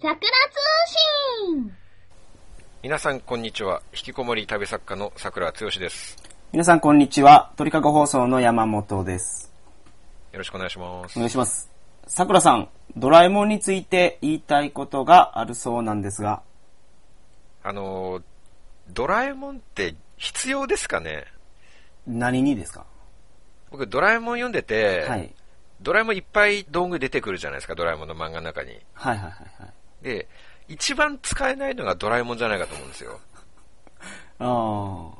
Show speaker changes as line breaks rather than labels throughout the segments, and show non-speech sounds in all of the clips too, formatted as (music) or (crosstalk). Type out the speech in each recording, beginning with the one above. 桜通信
皆さんこんにちは。引きこもり旅作家の桜剛です。
皆さんこんにちは。鳥かご放送の山本です。
よろしくお願いします
お。願いします。さくらさん、ドラえもんについて言いたいことがあるそうなんですが、
あのー、ドラえもんって必要ですかね
何にですか
僕ドラえもん読んでて、
はい。
ドラえもんいっぱい道具出てくるじゃないですか、ドラえもんの漫画の中に。
はいはいはいはい。
で、一番使えないのがドラえもんじゃないかと思うんですよ。
あ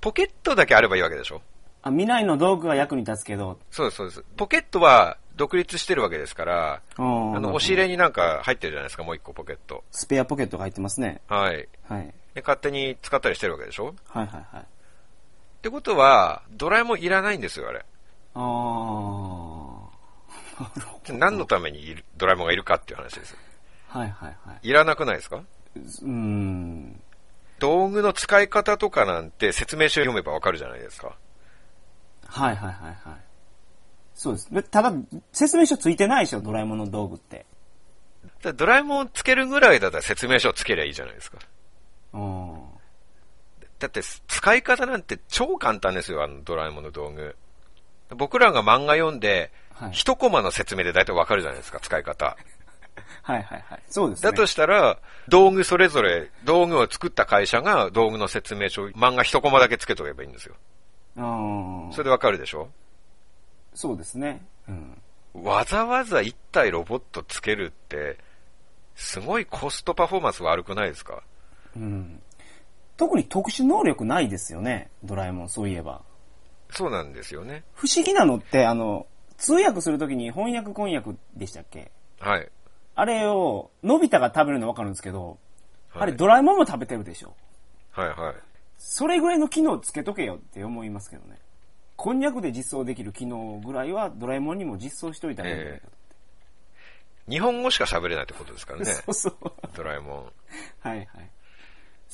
ポケットだけあればいいわけでしょ
あ。あ、未来の道具が役に立つけど、
そうです、そうです。ポケットは独立してるわけですから、
あ
あの、押し入れになんか入ってるじゃないですか、もう一個ポケット。
スペアポケットが入ってますね。
はい。
はい。
で、勝手に使ったりしてるわけでしょっ
はいはいはい。
てことは、ドラえもんいらないんですよ、あれ。
ああ。なるほど。
何のためにいるドラえもんがいるかっていう話ですよ。
はいはいはい。
いらなくないですか
うーん。
道具の使い方とかなんて説明書読めばわかるじゃないですか。
はいはいはいはい。そうです。でただ、説明書ついてないでしょ、ドラえもんの道具って。
だからドラえもんをつけるぐらいだったら説明書をつけりゃいいじゃないですか。
うん。
だって使い方なんて超簡単ですよ、あのドラえもんの道具。僕らが漫画読んで、
はい
一コマの説明で大体わかるじゃないですか、使い方。
はいはいはい。そうですね。
だとしたら、道具それぞれ、道具を作った会社が道具の説明書を漫画一コマだけつけとけばいいんですよ。
うん。
それでわかるでしょ
そうですね。うん。
わざわざ1体ロボットつけるって、すごいコストパフォーマンス悪くないですか
うん。特に特殊能力ないですよね。ドラえもん、そういえば。
そうなんですよね。
不思議なのって、あの、通訳するときに翻訳翻訳でしたっけ
はい。
あれを、のび太が食べるのわかるんですけど、
はい
あれドラえもんも食べてるでしょ。
はいはい。
それぐらいの機能つけとけよって思いますけどね。こんにゃくで実装できる機能ぐらいはドラえもんにも実装しといたらいいんじゃないかと
日本語しか喋れないってことです
(laughs)
からね。
そうそう。
ドラえもん。
はいはい。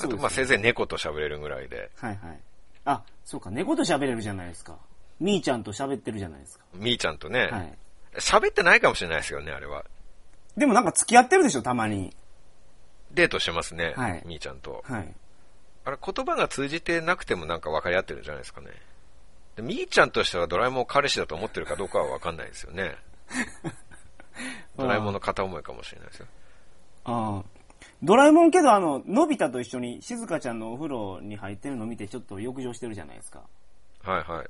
あと、まあ、せいぜい猫と喋れるぐらいで。
はいはい。あ、そうか、猫と喋れるじゃないですか。みーちゃんと喋ってるじゃないですか。
みーちゃんとね、
はい。
喋ってないかもしれないですよね、あれは。
でもなんか付き合ってるでしょ、たまに。
デートしてますね、
はい
みーちゃんと。
はい。
あれ、言葉が通じてなくてもなんか分かり合ってるんじゃないですかね。でみーちゃんとしてはドラえもんを彼氏だと思ってるかどうかは分かんないですよね。ドラえもんの片思いかもしれないですよ。
ああ。ドラえもんけど、あの、のび太と一緒に静香ちゃんのお風呂に入ってるの見てちょっと浴場してるじゃないですか。
はいはい。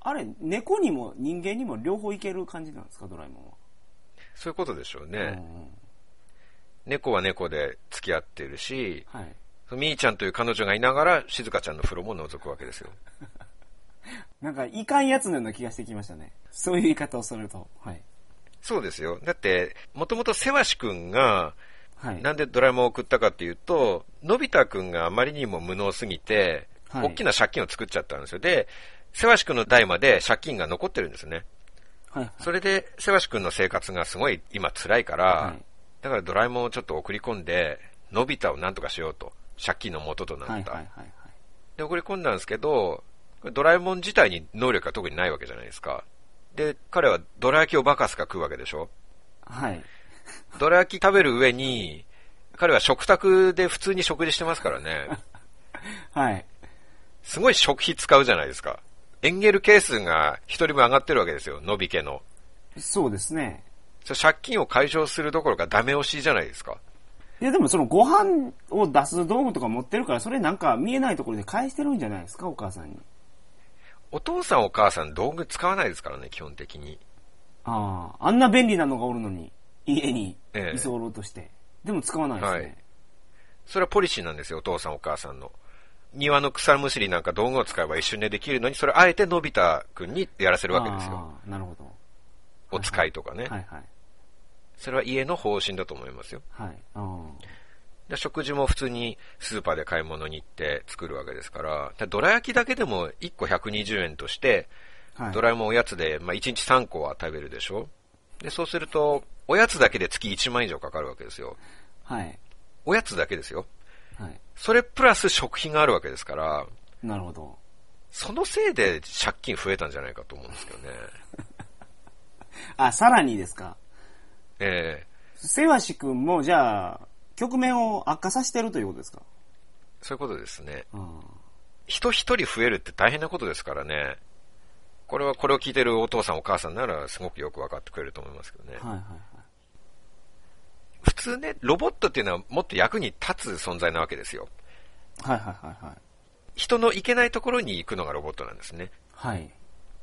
あれ、猫にも人間にも両方いける感じなんですか、ドラえもんは。
そういうことでしょうね。
うんうん
猫は猫で付き合ってるし、
はい。
みーちゃんという彼女がいながら、静香ちゃんの風呂も覗くわけですよ。
なんか、いかんやつのような気がしてきましたね。そういう言い方をすると。はい。
そうですよ。だって、もともとせわしくんが、
はい。
なんでドラえもんを送ったかっていうと、のび太くんがあまりにも無能すぎて、
はい
大きな借金を作っちゃったんですよ。で、せわしくんの代まで借金が残ってるんですね。
はい。
それで、せわしくんの生活がすごい今辛いから、
はい
だからドラえもんをちょっと送り込んで、のび太をなんとかしようと。借金の元となった。
はい。はい。はい。はい。
で、送り込んだんですけど、これドラえもん自体に能力が特にないわけじゃないですか。で、彼はドラ焼きをバカすか食うわけでしょ
はい。
ドラ焼き食べる上に、彼は食卓で普通に食事してますからね。
はい。
すごい食費使うじゃないですか。エンゲル係数が一人分上がってるわけですよ、のび家の。
そうですね。
それ借金を解消するどころかダメ押しじゃないですか。
いやでもそのご飯を出す道具とか持ってるから、それなんか見えないところで返してるんじゃないですか、お母さんに。
お父さんお母さん道具使わないですからね、基本的に。
ああ、あんな便利なのがおるのに、家に
ええ
居候として。でも使わないですね。
はいそれはポリシーなんですよ、お父さんお母さんの。庭の草むしりなんか道具を使えば一瞬でできるのに、それあえてのび太くんにやらせるわけですよ。
ああ、なるほど。
お使いとかね。
はいはい。
それは家の方針だと思いますよ。
はい。あ
で食事も普通にスーパーで買い物に行って作るわけですから、でドラ焼きだけでも1個120円として、
あはい。
ドラえもんおやつで、まあ、1日3個は食べるでしょで、そうすると、おやつだけで月1万以上かかるわけですよ。
はい。
おやつだけですよ。
はい。
それプラス食費があるわけですから、
なるほど。
そのせいで借金増えたんじゃないかと思うんですけどね。
あ、さらにですか。
ええ
せわしくんも、じゃあ、局面を悪化させてるということですか
そういうことですね。
うん。
人一人増えるって大変なことですからね。これはこれを聞いてるお父さんお母さんならすごくよく分かってくれると思いますけどね。
はいはいはい。
普通ね、ロボットっていうのはもっと役に立つ存在なわけですよ。
はいはいはいはい。
人の行けないところに行くのがロボットなんですね。
はい。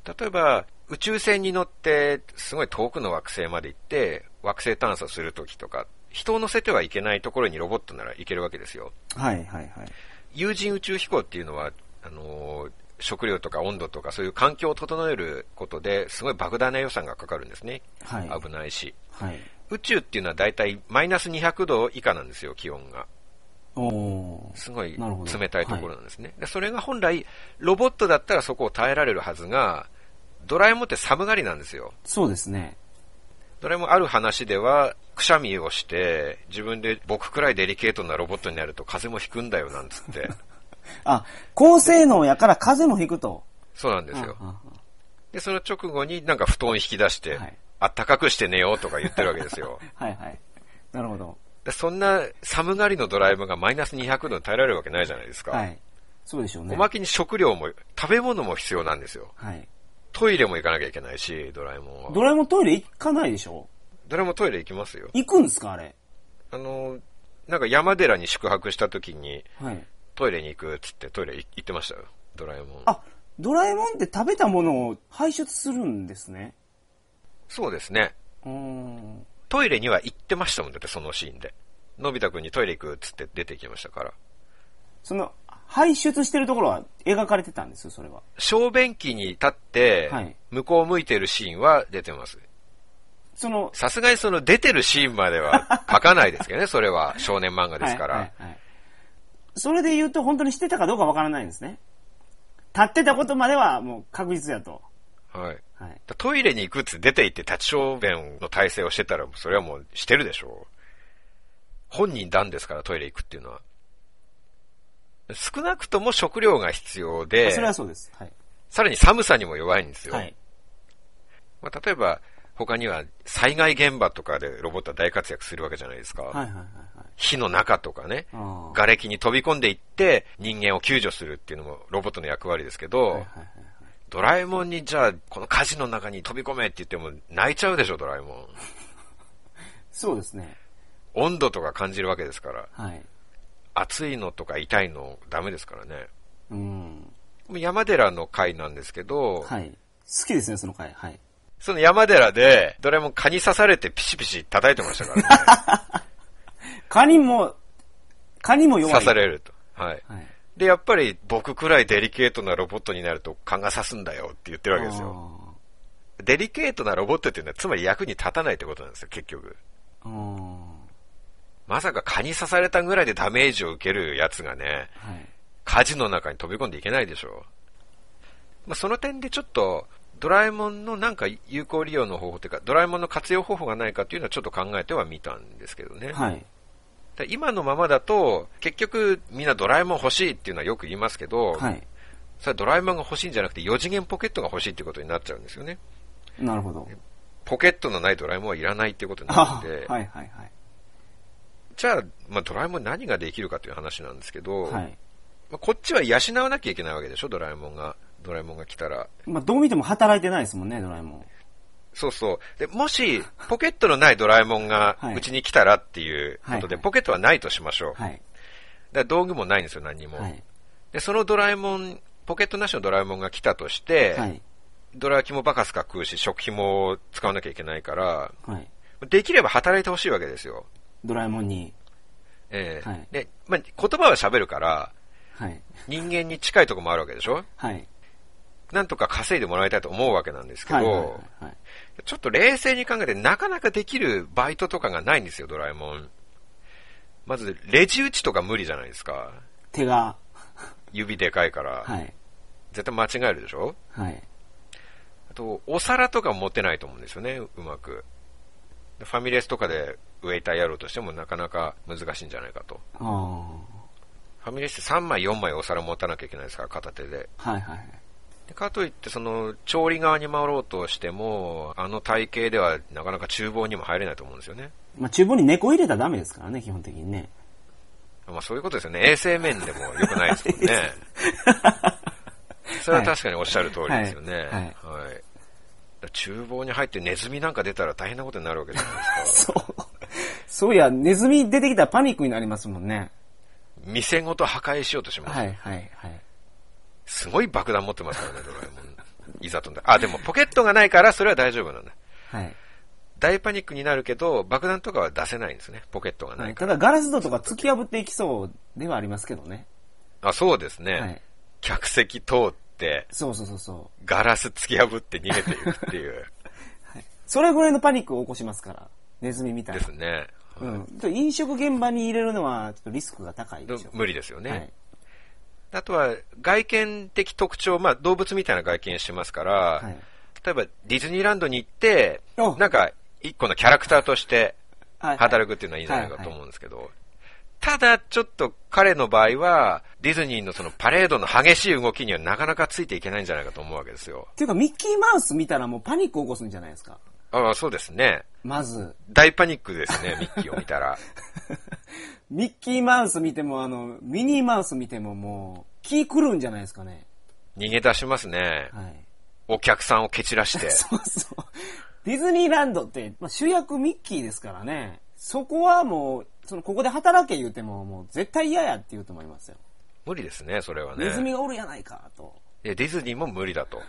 例えば、宇宙船に乗って、すごい遠くの惑星まで行って、惑星探査するときとか、人を乗せてはいけないところにロボットなら行けるわけですよ。
はいはいはい。
有人宇宙飛行っていうのは、あのー食料とか温度とかそういう環境を整えることですごい莫大な予算がかかるんですね。
はい。
危ないし。
はい。
宇宙っていうのはだいたいマイナス200度以下なんですよ、気温が。
おお。
すごい
なるほど
冷たいところなんですね。でそれが本来、ロボットだったらそこを耐えられるはずが、ドラえもんって寒がりなんですよ。
そうですね。
ドラえもんある話では、くしゃみをして、自分で僕くらいデリケートなロボットになると風邪もひくんだよなんつ
(laughs)
って。
あ、高性能やから風邪もひくと。
そうなんですよ
う。んうん
で、その直後になんか布団引き出して、
はい
あったかくして寝ようとか言ってるわけです
(laughs)
よ。
はいはい。なるほど。
でそんな寒がりのドラえもんがマイナス200度に耐えられるわけないじゃないですか。
はい。そうでしょうね。
おまけに食料も、食べ物も必要なんですよ。
はい。
トイレも行かなきゃいけないし、ドラえもんは。
ドラえもんトイレ行かないでしょ
ドラえもんトイレ行きますよ。
行くんですかあれ。
あの、なんか山寺に宿泊した時に、
はい。
トイレに行くっつってトイレ行ってましたよ。ドラえもん。
あ、ドラえもんって食べたものを排出するんですね。
そうですね。
うーん。
トイレには行ってましたもんだって、そのシーンで。のび太くんにトイレ行くっつって出てきましたから。
その、排出してるところは描かれてたんですよ、それは。
小便器に立って
はい、
向こう向いてるシーンは出てます。
その、
さすがにその出てるシーンまで
(laughs)
は書かないですけどね、それは少年漫画ですから。
はいはいはいそれで言うと本当にしてたかどうかわからないんですね。立ってたことまではもう確実やと。
はい
はい。
トイレに行くっつって出て行って立ち小便の体制をしてたら、それはもうしてるでしょう。本人なんですから、トイレ行くっていうのは。少なくとも食料が必要で、
それはそうです。はい。
さらに寒さにも弱いんですよ。
はい。
まあ、例えば、他には災害現場とかでロボットは大活躍するわけじゃないですか。
はいはいはいはい。
火の中とかね、
あー
瓦礫に飛び込んでいって人間を救助するっていうのもロボットの役割ですけど、
はいはいはい
ドラえもんにじゃあこの火事の中に飛び込めって言っても泣いちゃうでしょ、ドラえもん。
そうですね。
温度とか感じるわけですから、
はい。
暑いのとか痛いのダメですからね。
うん。
山寺の回なんですけど、
はい。好きですね、その回。はい。
その山寺で、ドラえもん蚊に刺されてピシピシ叩いてましたからね。
カニも、カニも (laughs) 弱い。
刺されると。はい。
はい。
で、やっぱり僕くらいデリケートなロボットになると蚊が刺すんだよって言ってるわけですよ。デリケートなロボットっていうのはつまり役に立たないってことなんですよ、結局。
あーあ
まさか蚊に刺されたぐらいでダメージを受けるやつがね、
ーはい。
火事の中に飛び込んでいけないでしょう。まあ、その点でちょっと、ドラえもんのなんか有効利用の方法というか、ドラえもんの活用方法がないかっていうのはちょっと考えてはみたんですけどね。
はい。
で今のままだと、結局みんなドラえもん欲しいっていうのはよく言いますけど、
はい。
それはドラえもんが欲しいんじゃなくて4次元ポケットが欲しいっていうことになっちゃうんですよね。
なるほど。
ポケットのないドラえもんはいらないっていうことにな
あ
るん
ー
で、
(laughs) はいはいはい。
じゃあ、まあ、ドラえもん何ができるかという話なんですけど、
はい。
まあこっちは養わなきゃいけないわけでしょ、ドラえもんが。ドラえもんが来たら。
まあ、どう見ても働いてないですもんね、ドラえもん。
そうそう。で、もし、ポケットのないドラえもんが
はいう
ちに来たらっていうことで、
はいはい
ポケットはないとしましょう。
はい。
だから道具もないんですよ、何にも、
はい。
で、そのドラえもん、ポケットなしのドラえもんが来たとして、
はい。
ドラ焼きもバカスカ食うし、食費も使わなきゃいけないから、
はい。
できれば働いてほしいわけですよ。
ドラえもんに。
ええ
はい
で、まあ、言葉は喋るから、
はい。
人間に近いとこもあるわけでしょ
はい。
なんとか稼いでもらいたいと思うわけなんですけど、
はい。はい。はい
ちょっと冷静に考えて、なかなかできるバイトとかがないんですよ、ドラえもん。まず、レジ打ちとか無理じゃないですか。
手が。
指でかいから。
はい。
絶対間違えるでしょ
はい。
あと、お皿とか持てないと思うんですよね、うまく。でファミレスとかでウェイターやろうとしてもなかなか難しいんじゃないかと。
ああ。
ファミレスって3枚4枚お皿持たなきゃいけないですから、片手で。
はいはい。
でかといって、その、調理側に回ろうとしても、あの体型ではなかなか厨房にも入れないと思うんですよね。
まあ、厨房に猫入れたらダメですからね、基本的にね。
まあそういうことですよね。衛生面でも良くないですもん
(laughs)
ね。それは確かにおっしゃる通りですよね。は。
はいい
は
はいい
だから厨房に入ってネズミなんか出たら大変なことになるわけじゃないですか。
そう。そういや、ネズミ出てきたらパニックになりますもんね。
店ごと破壊しようとします。
はい、はい、はい。
すごい爆弾持ってますからね、ドラえもん。いざとんだ。あ、でもポケットがないからそれは大丈夫なんだ。
はい。
大パニックになるけど、爆弾とかは出せないんですね。ポケットがな
はいい、
か
た
ら。
だ、ガラス戸とか突き破っていきそうではありますけどね。
あ、そうですね。
はい。
客席通って、
そうそうそうそう。
ガラス突き破って逃げていくって
(laughs)
いう。
それぐらいのパニックを起こしますから。ネズミみたい
で
な
す。ね。
うん。ちょっと飲食現場に入れるのは、ちょっとリスクが高いでしょう。
無理ですよね。
はい。
あとは、外見的特徴、まあ、動物みたいな外見してますから、
はい。
例えばディズニーランドに行って
お、
なんか、一個のキャラクターとして
はい
働くっていうのはいいんじゃないか
は
と
は
思うんですけど、ただ、ちょっと彼の場合は、ディズニーのそのパレードの激しい動きにはなかなかついていけないんじゃないかと思うわけですよ。
っていうか、ミッキーマウス見たらもうパニック起こすんじゃないですか。
ああ、そうですね。
まず、
大パニックです
(laughs)
ね、ミッキーを見たら。
ミッキーマウス見ても、あの、ミニーマウス見てももう、気狂うんじゃないですかね。
逃げ出しますね。
はい。
お客さんを蹴散らして。
(laughs) そうそう。ディズニーランドって、まあ、主役ミッキーですからね。そこはもう、その、ここで働け言うても、もう絶対嫌やって言うと思いますよ。
無理ですね、それはね。
ネズミがおるやないか、と。
いやディズニーも無理だと。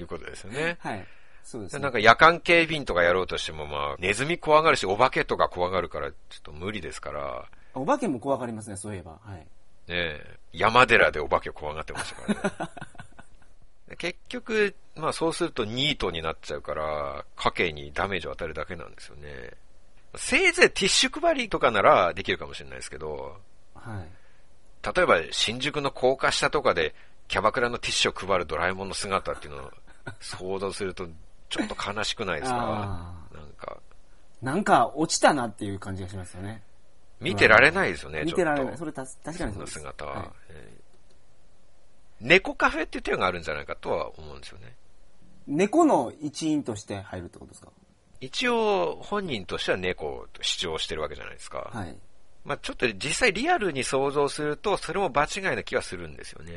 いうことですよね。
はい。そうですね。
なんか夜間警備員とかやろうとしても、まあ、ネズミ怖がるし、お化けとか怖がるから、ちょっと無理ですから、
お化けも怖がりますね、そういえば。はい。
ねえ、山寺でお化け怖がってましたからね。で結局、まあそうするとニートになっちゃうから、家計にダメージを与えるだけなんですよね。せいぜいティッシュ配りとかならできるかもしれないですけど、
はい。
例えば新宿の高架下とかでキャバクラのティッシュを配るドラえもんの姿っていうのを想像するとちょっと悲しくないですか
あ
なんか、
なんか、落ちたなっていう感じがしますよね。
見てられないですよね、
見てられな
ち
い。
ょ
そ
っ
れた、確
と。
かに
その
です
姿は、
はい
えー猫カフェっていう手があるんじゃないかとは思うんですよね。
猫の一員として入るってことですか
一応、本人としては猫を主張してるわけじゃないですか。
はい。
まあちょっと実際リアルに想像すると、それも場違いな気はするんですよね。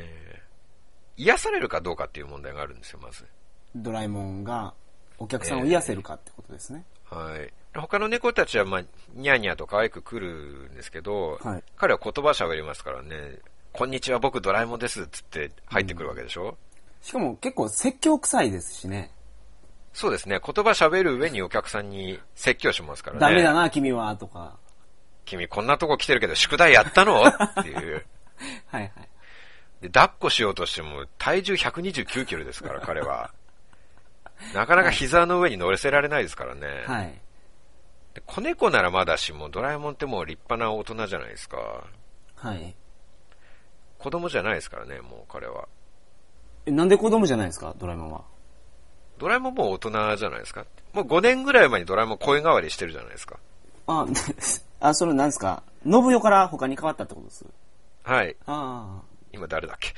癒されるかどうかっていう問題があるんですよ、まず。
ドラえもんがお客さんを癒せるかってことですね。
はい。他の猫たちは、まあ、ニャーニャーと可愛く来るんですけど、
はい
彼は言葉喋りますからね、こんにちは、僕ドラえもんですっつって入ってくるわけでしょ、
しかも結構説教臭いですしね。
そうですね、言葉喋る上にお客さんに説教しますからね。
ダメだな、君は、とか。
君こんなとこ来てるけど宿題やったのっていう。
はいはい。
で、抱っこしようとしても体重129キロですから、彼は。なかなか膝の上に乗せられないですからね。
はい。
で子猫ならまだしも、ドラえもんってもう立派な大人じゃないですか。
はい。
子供じゃないですからね、もう彼は。
え、なんで子供じゃないですか、ドラえもんは。
ドラえもんもう大人じゃないですか。もう5年ぐらい前にドラえもん声変わりしてるじゃないですか。
あ、 (laughs) あ、それなんですか信代から他に変わったってことです。
はい。
あ
今誰だっけ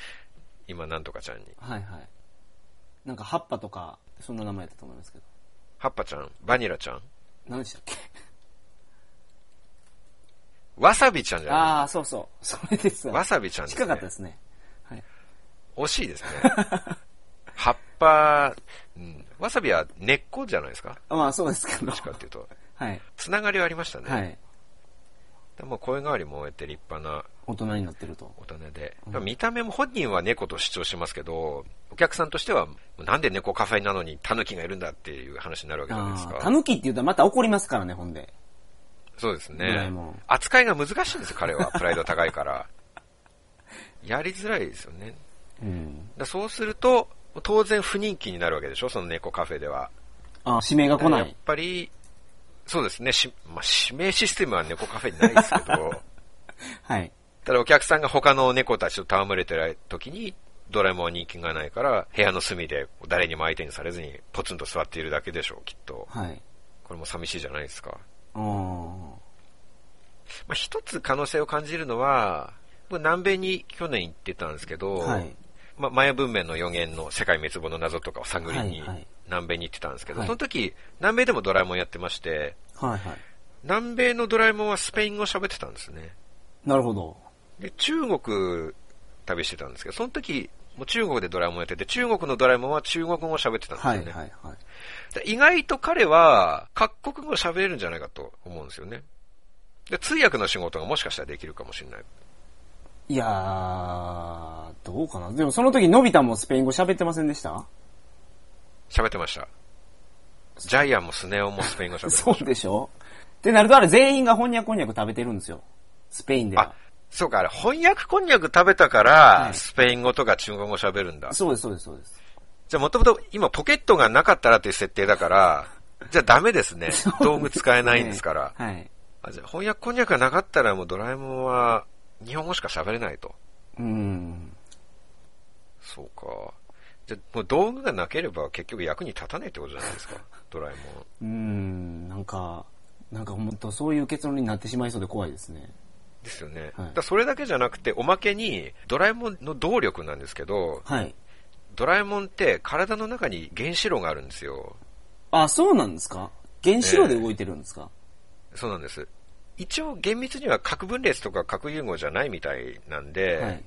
今なんとかちゃんに。
あ、はいはい。なんか、葉っぱとか、そんな名前だったと思いますけど。
ハッパちゃんバニラちゃん
何でしたっけ
わさびちゃんじゃない
ああ、そうそう。それです
わさびちゃんですね
近かったですね。はい。
惜しいです
(laughs)
ね。葉っぱ、うん、わさびは根っこじゃないですか
あまあ、そうですけ
ど
ど
っ。ちかっていうと。
はい。
つながりはありましたね。
はい。
でも声変わりも終えて立派な
大人になってると。
大人で。でも見た目も本人は猫と主張してますけど、お客さんとしては、なんで猫カフェなのにタヌキがいるんだっていう話になるわけじゃないです
ああ、
か。
狸って言うとまた怒りますからね、ほんで。
そうです
ドラえ
ね
もん。
扱いが難しいんですよ、彼は。プライド高いから。
(laughs)
やりづらいですよね。
うん。
だそうすると、当然不人気になるわけでしょ、その猫カフェでは。
あ指名が来な
やっ
い。
ぱり、そうですね、しまあ、指名システムは猫カフェにないですけ
(laughs)
ど、
はい。
ただお客さんが他の猫たちと戯れてる時に、ドラえもんは人気がないから、部屋の隅で誰にも相手にされずにポツンと座っているだけでしょう、きっと。
はい。
これも寂しいじゃないですか。
あー
まあ、一つ可能性を感じるのは、僕南米に去年行ってたんですけど、
はい。
ま、マヤ文明の予言の世界滅亡の謎とかを探りに
はいはい
南米に行ってたんですけど、
はい
その時、南米でもドラえもんやってまして、
はいはい。
南米のドラえもんはスペイン語喋ってたんですね。
なるほど。
で、中国旅してたんですけど、その時、もう中国でドラえもんやってて、中国のドラえもんは中国語喋ってたんですよ
はい
ね。
はいはい。
で意外と彼は各国語喋れるんじゃないかと思うんですよね。で、通訳の仕事がもしかしたらできるかもしれない。
いやー、どうかな。でもその時、のび太もスペイン語喋ってませんでした
喋ってました。ジャイアンもスネ夫もスペイン語喋ってました。
そうでしょってなると、あれ全員が翻訳こんにゃく食べてるんですよ。スペインで
あ
は。、
そうか、あれ、翻訳こんにゃく食べたから、
はい
スペイン語とか中国語喋るんだ。
そうです、そうです、そうです。
じゃあ、もともと今ポケットがなかったらっていう設定だから、 (laughs) じゃあダメですね。道具使えないんですから。
ね (laughs) はい。
あじゃあ翻訳こんにゃくがなかったらもうドラえもんは日本語しか喋れないと。
うん。
そうか。じゃあ、もう道具がなければ結局役に立たないってことじゃない (laughs) ですか。ドラえもん。
うん、なんか、なんか本当そういう結論になってしまいそうで怖いですね。
ですよね。だ
はい
からそれだけじゃなくて、おまけに、ドラえもんの動力なんですけど、
はい。
ドラえもんって体の中に原子炉があるんですよ。
あ、そうなんですか原子炉で動いてるんですか、
そうなんです。一応厳密には核分裂とか核融合じゃないみたいなんで、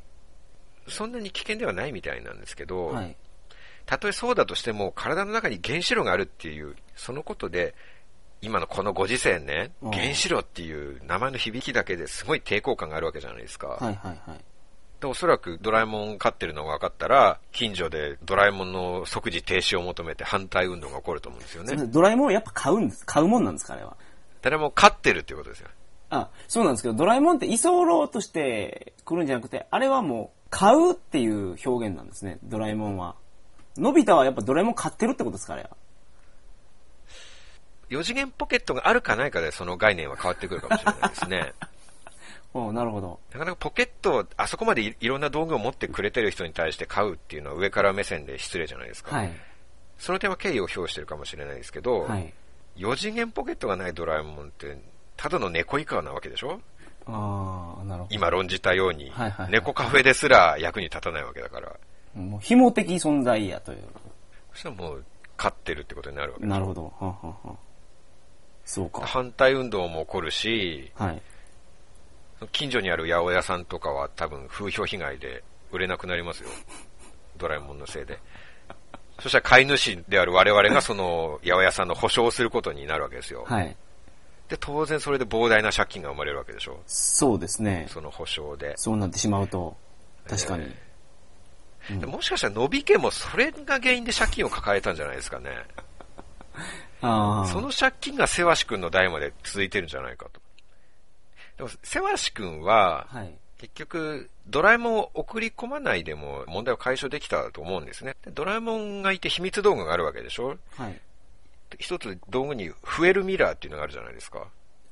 そんなに危険ではないみたいなんですけど、
はい。はい。
たとえそうだとしても体の中に原子炉があるっていう、そのことで、今のこのご時世ね、
うん
原子炉っていう名前の響きだけですごい抵抗感があるわけじゃないですか。
はいはいはい。
でおそらくドラえもん飼ってるのが分かったら、近所でドラえもんの即時停止を求めて反対運動が起こると思うんですよ
すいませ
ね。
んドラえもんやっぱ買うんです。買うもんなんですかあれは。
誰も飼ってるっていうことですよ。
あ、そうなんですけど、ドラえもんって居候として来るんじゃなくて、あれはもう、買うっていう表現なんですね、ドラえもんは。のび太はやっぱドラえもん買ってるってことですか、あれは。
4次元ポケットがあるかないかでその概念は変わってくるかもしれないですね。 (laughs)
おうなるほど。
なかなかポケットをあそこまでいいろんな道具を持ってくれてる人に対して買うっていうのは上から目線で失礼じゃないですか。
はい。
その点は敬意を表してるかもしれないですけど、
はい。
4次元ポケットがないドラえもんって、ただの猫以下なわけでしょ
ああ、なるほ
今論じたように、
はいはいはい
猫カフェですら役に立たないわけだから。
ど。もう、紐的存在やという。
そしたらもう、勝ってるってことになるわけ。
なるほど。はあはあはあそうか。
反対運動も起こるし、
はい。
近所にある八百屋さんとかは多分風評被害で売れなくなりますよ。ドラえもんのせいで。そしたら飼い主である我々がその八百屋さんの保証をすることになるわけですよ。
はい。
で、当然それで膨大な借金が生まれるわけでしょ。
そうですね。
その保証で。
そうなってしまうと、確かに。うん
でもしかしたら、のび家もそれが原因で借金を抱えたんじゃないですかね。
ああ。
その借金がせわし君の代まで続いてるんじゃないかと。でも、せわし君は、
はい。
結局、ドラえもんを送り込まないでも問題を解消できたと思うんですね。でドラえもんがいて秘密道具があるわけでしょ
はい。
一つ道具に増えるミラーっていうのがあるじゃないですか。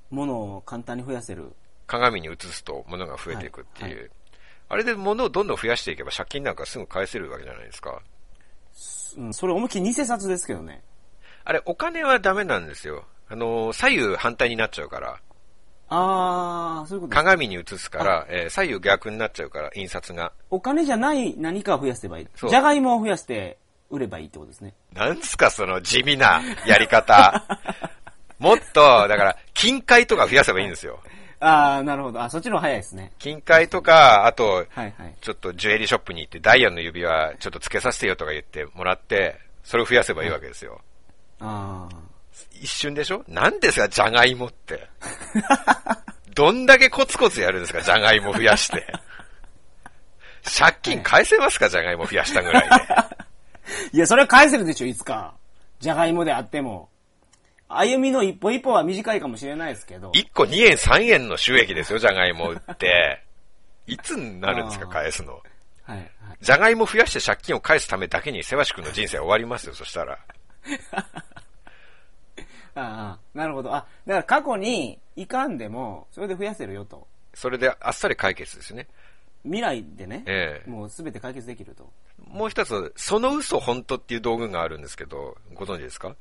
物を簡単に増やせる。
鏡に映すと物が増えていくっていう。
はいは
あれで物をどんどん増やしていけば借金なんかすぐ返せるわけじゃないですか。
うん、それ思いっきり偽札ですけどね。
あれ、お金はダメなんですよ。あの、左右反対になっちゃうから。
ああ、そういうことです
鏡に映すから、えー左右逆になっちゃうから、印刷が。
お金じゃない何かを増やせばいい。
そう
じゃがいもを増やして売ればいいってことですね。
なんすか、その地味なやり方。もっと、だから、金塊とか増やせばいいんですよ。
ああ、なるほど。あ、そっちの方が早いですね。
金塊とか、あと、
はいはい。
ちょっとジュエリーショップに行って、ダイヤの指輪ちょっと付けさせてよとか言ってもらって、それを増やせばいいわけですよ。
ああ。
一瞬でしょなんですか、じゃがいもって。どんだけコツコツやるんですか、じゃがいも増やして。借金返せますか、じゃがいも増やしたぐらいで。
いや、それは返せるでしょ、いつか。じゃがいもであっても。歩みの一歩一歩は短いかもしれないですけど。
1個2円3円の収益ですよ、じゃがいも売
(laughs)
って。いつになるんですか、
あー
返すの。
はい、はい。
じゃがいも増やして借金を返すためだけに、せわし君の人生は終わりますよ、そしたら。
ああ、なるほど。あ、だから過去にいかんでも、それで増やせるよと。
それであっさり解決ですね。
未来でね、
ええ
もうすべて解決できると。
もう一つ、その嘘本当っていう道具があるんですけど、ご存知ですか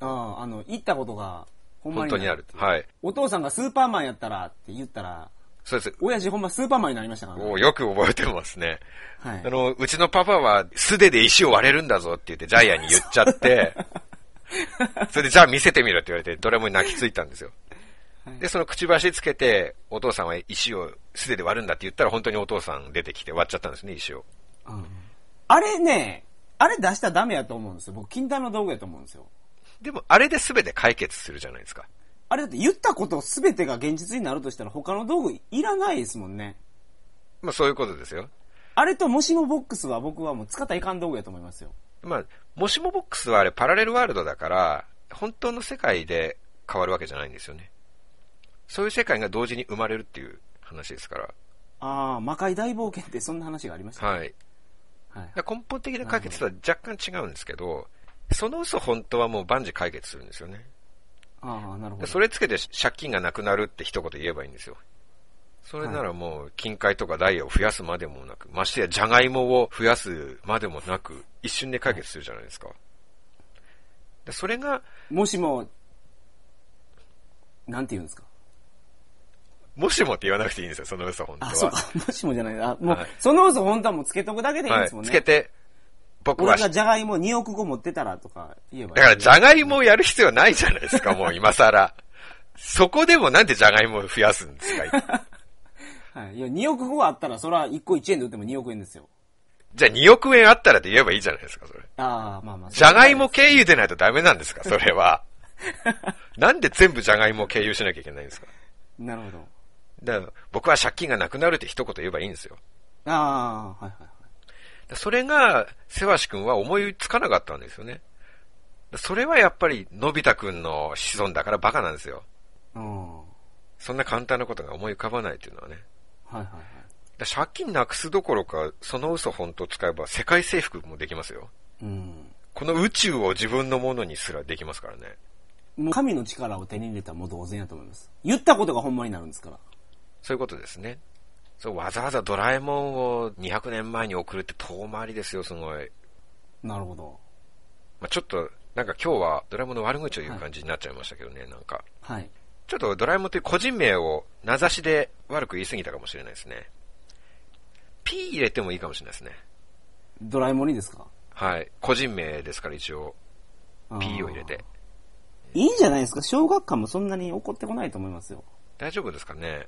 ああ、あの、言ったことが、ほんま
本
に
当にある。はい。
お父さんがスーパーマンやったらって言ったら、
そうです。
親父ほんまスーパーマンになりましたからね。
およく覚えてますね。
はい
あ。の、うちのパパは素手で石を割れるんだぞって言ってジャイアンに言っ
(laughs)
ちゃって、それでじゃあ見せてみろって言われて、どれも泣きついたんですよ。
はい
で、そのくちばしつけて、お父さんは石を素手で割るんだって言ったら、本当にお父さん出てきて割っちゃったんですね、石を。
うんあれね、あれ出したらダメやと思うんですよ。僕、禁断の道具やと思うんですよ。
でも、あれで全て解決するじゃないですか。
あれだって言ったこと全てが現実になるとしたら他の道具いらないですもんね。
まあ、そういうことですよ。
あれともしもボックスは僕はもう使ったらいかん道具やと思いますよ。
まあ、もしもボックスはあれ、パラレルワールドだから、本当の世界で変わるわけじゃないんですよね。そういう世界が同時に生まれるっていう話ですから。
ああ、魔界大冒険ってそんな話がありましたね。
はい。
はい。
だから根本的な解決とは若干違うんですけど、その嘘本当はもう万事解決するんですよね。
ああ、なるほ
で
ど。
それつけて借金がなくなるって一言言えばいいんですよ。それならもう、金塊とかダイヤを増やすまでもなく、ましてやジャガイモを増やすまでもなく、一瞬で解決するじゃないですか。でそれが、
もしも、なんて言うんですか。
もしもって言わなくていいんですよ、その嘘本当
あ、
は。
そうか。 (laughs) もしもじゃない。あ、もう、
はい
その嘘本当はもうつけとくだけでいいん
は
で
い
すもん。ね。
つけて、僕は
俺、がジャガイモ2億個持ってたらとか言えばいい。
だから、じゃがいもをやる必要ないじゃないですか、もう今更。そこでもなんでじゃがいもを増やすんですか
はい。いや、2億個あったらそれは1個1円で売っても2億円ですよ。
じゃあ2億円あったらって言えばいいじゃないですか、それ。
ああ、まあまあ。
じゃがいも経由でないとダメなんですか、それは。なんで全部じゃがいもを経由しなきゃいけないんですか。
なるほど。
だから僕は借金がなくなるって一言言えばいいんですよ。
ああ、はいはいはい。
だそれが、セワシ君は思いつかなかったんですよね。だそれはやっぱり、のび太君の子孫だからバカなんですよ。
うん。はい
そんな簡単なことが思い浮かばないっていうのはね。
はいはい。
だ借金なくすどころか、その嘘本当使えば世界征服もできますよ。
うん。
この宇宙を自分のものにすらできますからね。
もう神の力を手に入れたらもう同然やと思います。言ったことがほんまになるんですから。
そういうことですね。そう、わざわざドラえもんを200年前に送るって遠回りですよ、すごい。
なるほど。
まあ、ちょっと、なんか今日はドラえもんの悪口を言う感じになっちゃいましたけどね、なんか。
はい。
ちょっとドラえもんという個人名を名指しで悪く言い過ぎたかもしれないですね。P 入れてもいいかもしれないですね。
ドラえもんにですか
はい。個人名ですから一応、P を入れ。
あー
て。
いいんじゃないですか小学館もそんなに怒ってこないと思いますよ。
大丈夫ですかね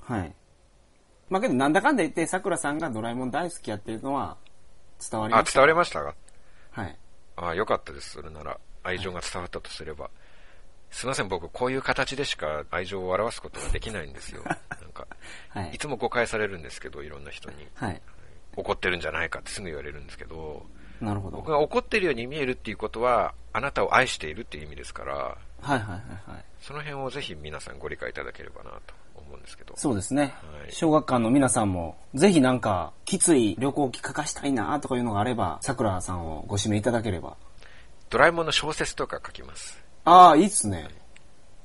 はい。まあけど、なんだかんだ言って、桜さんがドラえもん大好きやってるのは、伝わり
あ、
ました。
伝わりましたか
はい。
あ、よかったです。それなら、愛情が伝わったとすれば。すいません、僕、こういう形でしか愛情を表すことができないんですよ。なんか、
はいい。
つも誤解されるんですけど、いろんな人に。
はい。
怒ってるんじゃないかってすぐ言われるんですけど、
なるほど。
僕
はい
が怒ってるように見えるっていうことは、あなたを愛しているっていう意味ですから、
はいはいはい。
その辺をぜひ皆さんご理解いただければなと思うんですけど。
そうですね。
はい
小学館の皆さんも、ぜひなんか、きつい旅行機書かしたいなとかいうのがあれば、桜さんをご指名いただければ。
ドラえもんの小説とか書きます。
ああ、いいっすね。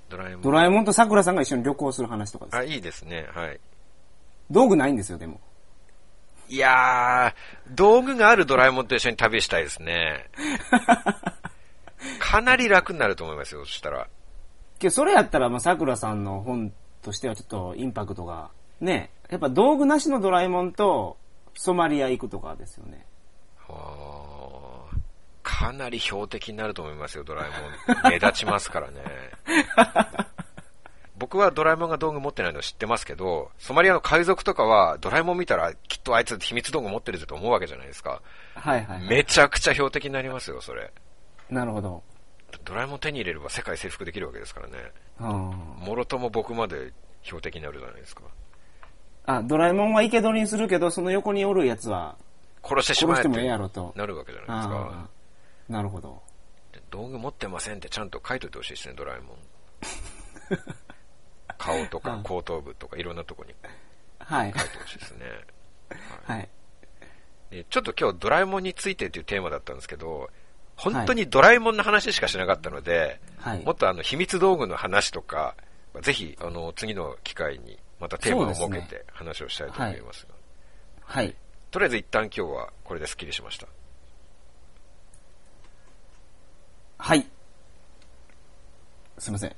ドラえもん。
ドラえもんと桜さんが一緒に旅行する話とかです。
あ、いいですね。はい。
道具ないんですよ、でも。
いやー、道具があるドラえもんと一緒に旅したいですね。かなり楽になると思いますよ、そしたら。
けど、それやったら、まあ、桜さんの本としてはちょっとインパクトが、ね、やっぱ道具なしのドラえもんと、ソマリア行くとかですよね。
あーかなり標的になると思いますよ、ドラえもん。目立ちますから
(laughs)
ね。僕はドラえもんが道具持ってないの知ってますけど、ソマリアの海賊とかは、ドラえもん見たら、きっとあいつ秘密道具持ってるぜと思うわけじゃないですか。
はいはい、はい。
めちゃくちゃ標的になりますよ、それ。
なるほど。
ドラえもん手に入れれば世界征服できるわけですからね。
うん
もろとも僕まで標的になるじゃないですか。
あ、ドラえもんは生け捕りにするけど、その横におるやつは、
殺してし
殺
ま
し
えって
もええや
て
ろと。
なるわけじゃないです
あ
か。
あ、なるほど。
で道具持ってませんってちゃんと書いといてほしいですね、ドラえもん。
(laughs)
顔とか後頭部とかいろんなとこに
はい。
書いてほしいですね。
はい。
でちょっと今日ドラえもんについてっていうテーマだったんですけど、本当にドラえもんの話しかしなかったので、
はい
もっとあの秘密道具の話とか、ぜひあの次の機会にまたテーマを設け
そうです
て話をしたいと思いますが、
はい。
とりあえず一旦今日はこれでスッキリしました。
はい。すいません。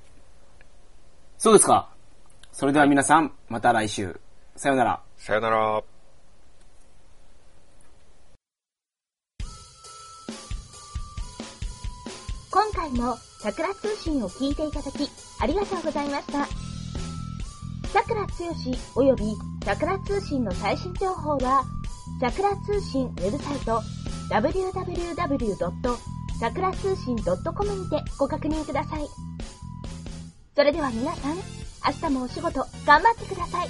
そうですか。それでは皆さん、また来週。さようなら。
さよなら。
今回も桜通信を聞いていただき、ありがとうございました。さくらつよしおよびさくら通信の最新情報は、さくら通信ウェブサイト www. さくら通信 .com にてご確認ください。それでは皆さん、明日もお仕事頑張ってください。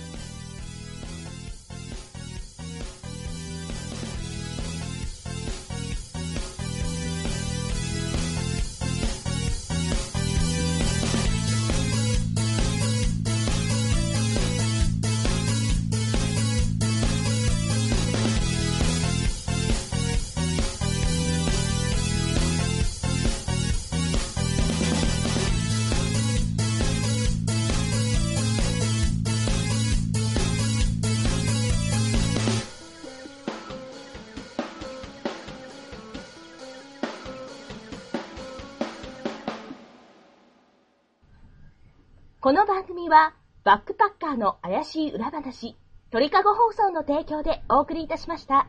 この番組は、バックパッカーの怪しい裏話、鳥かご放送の提供でお送りいたしました。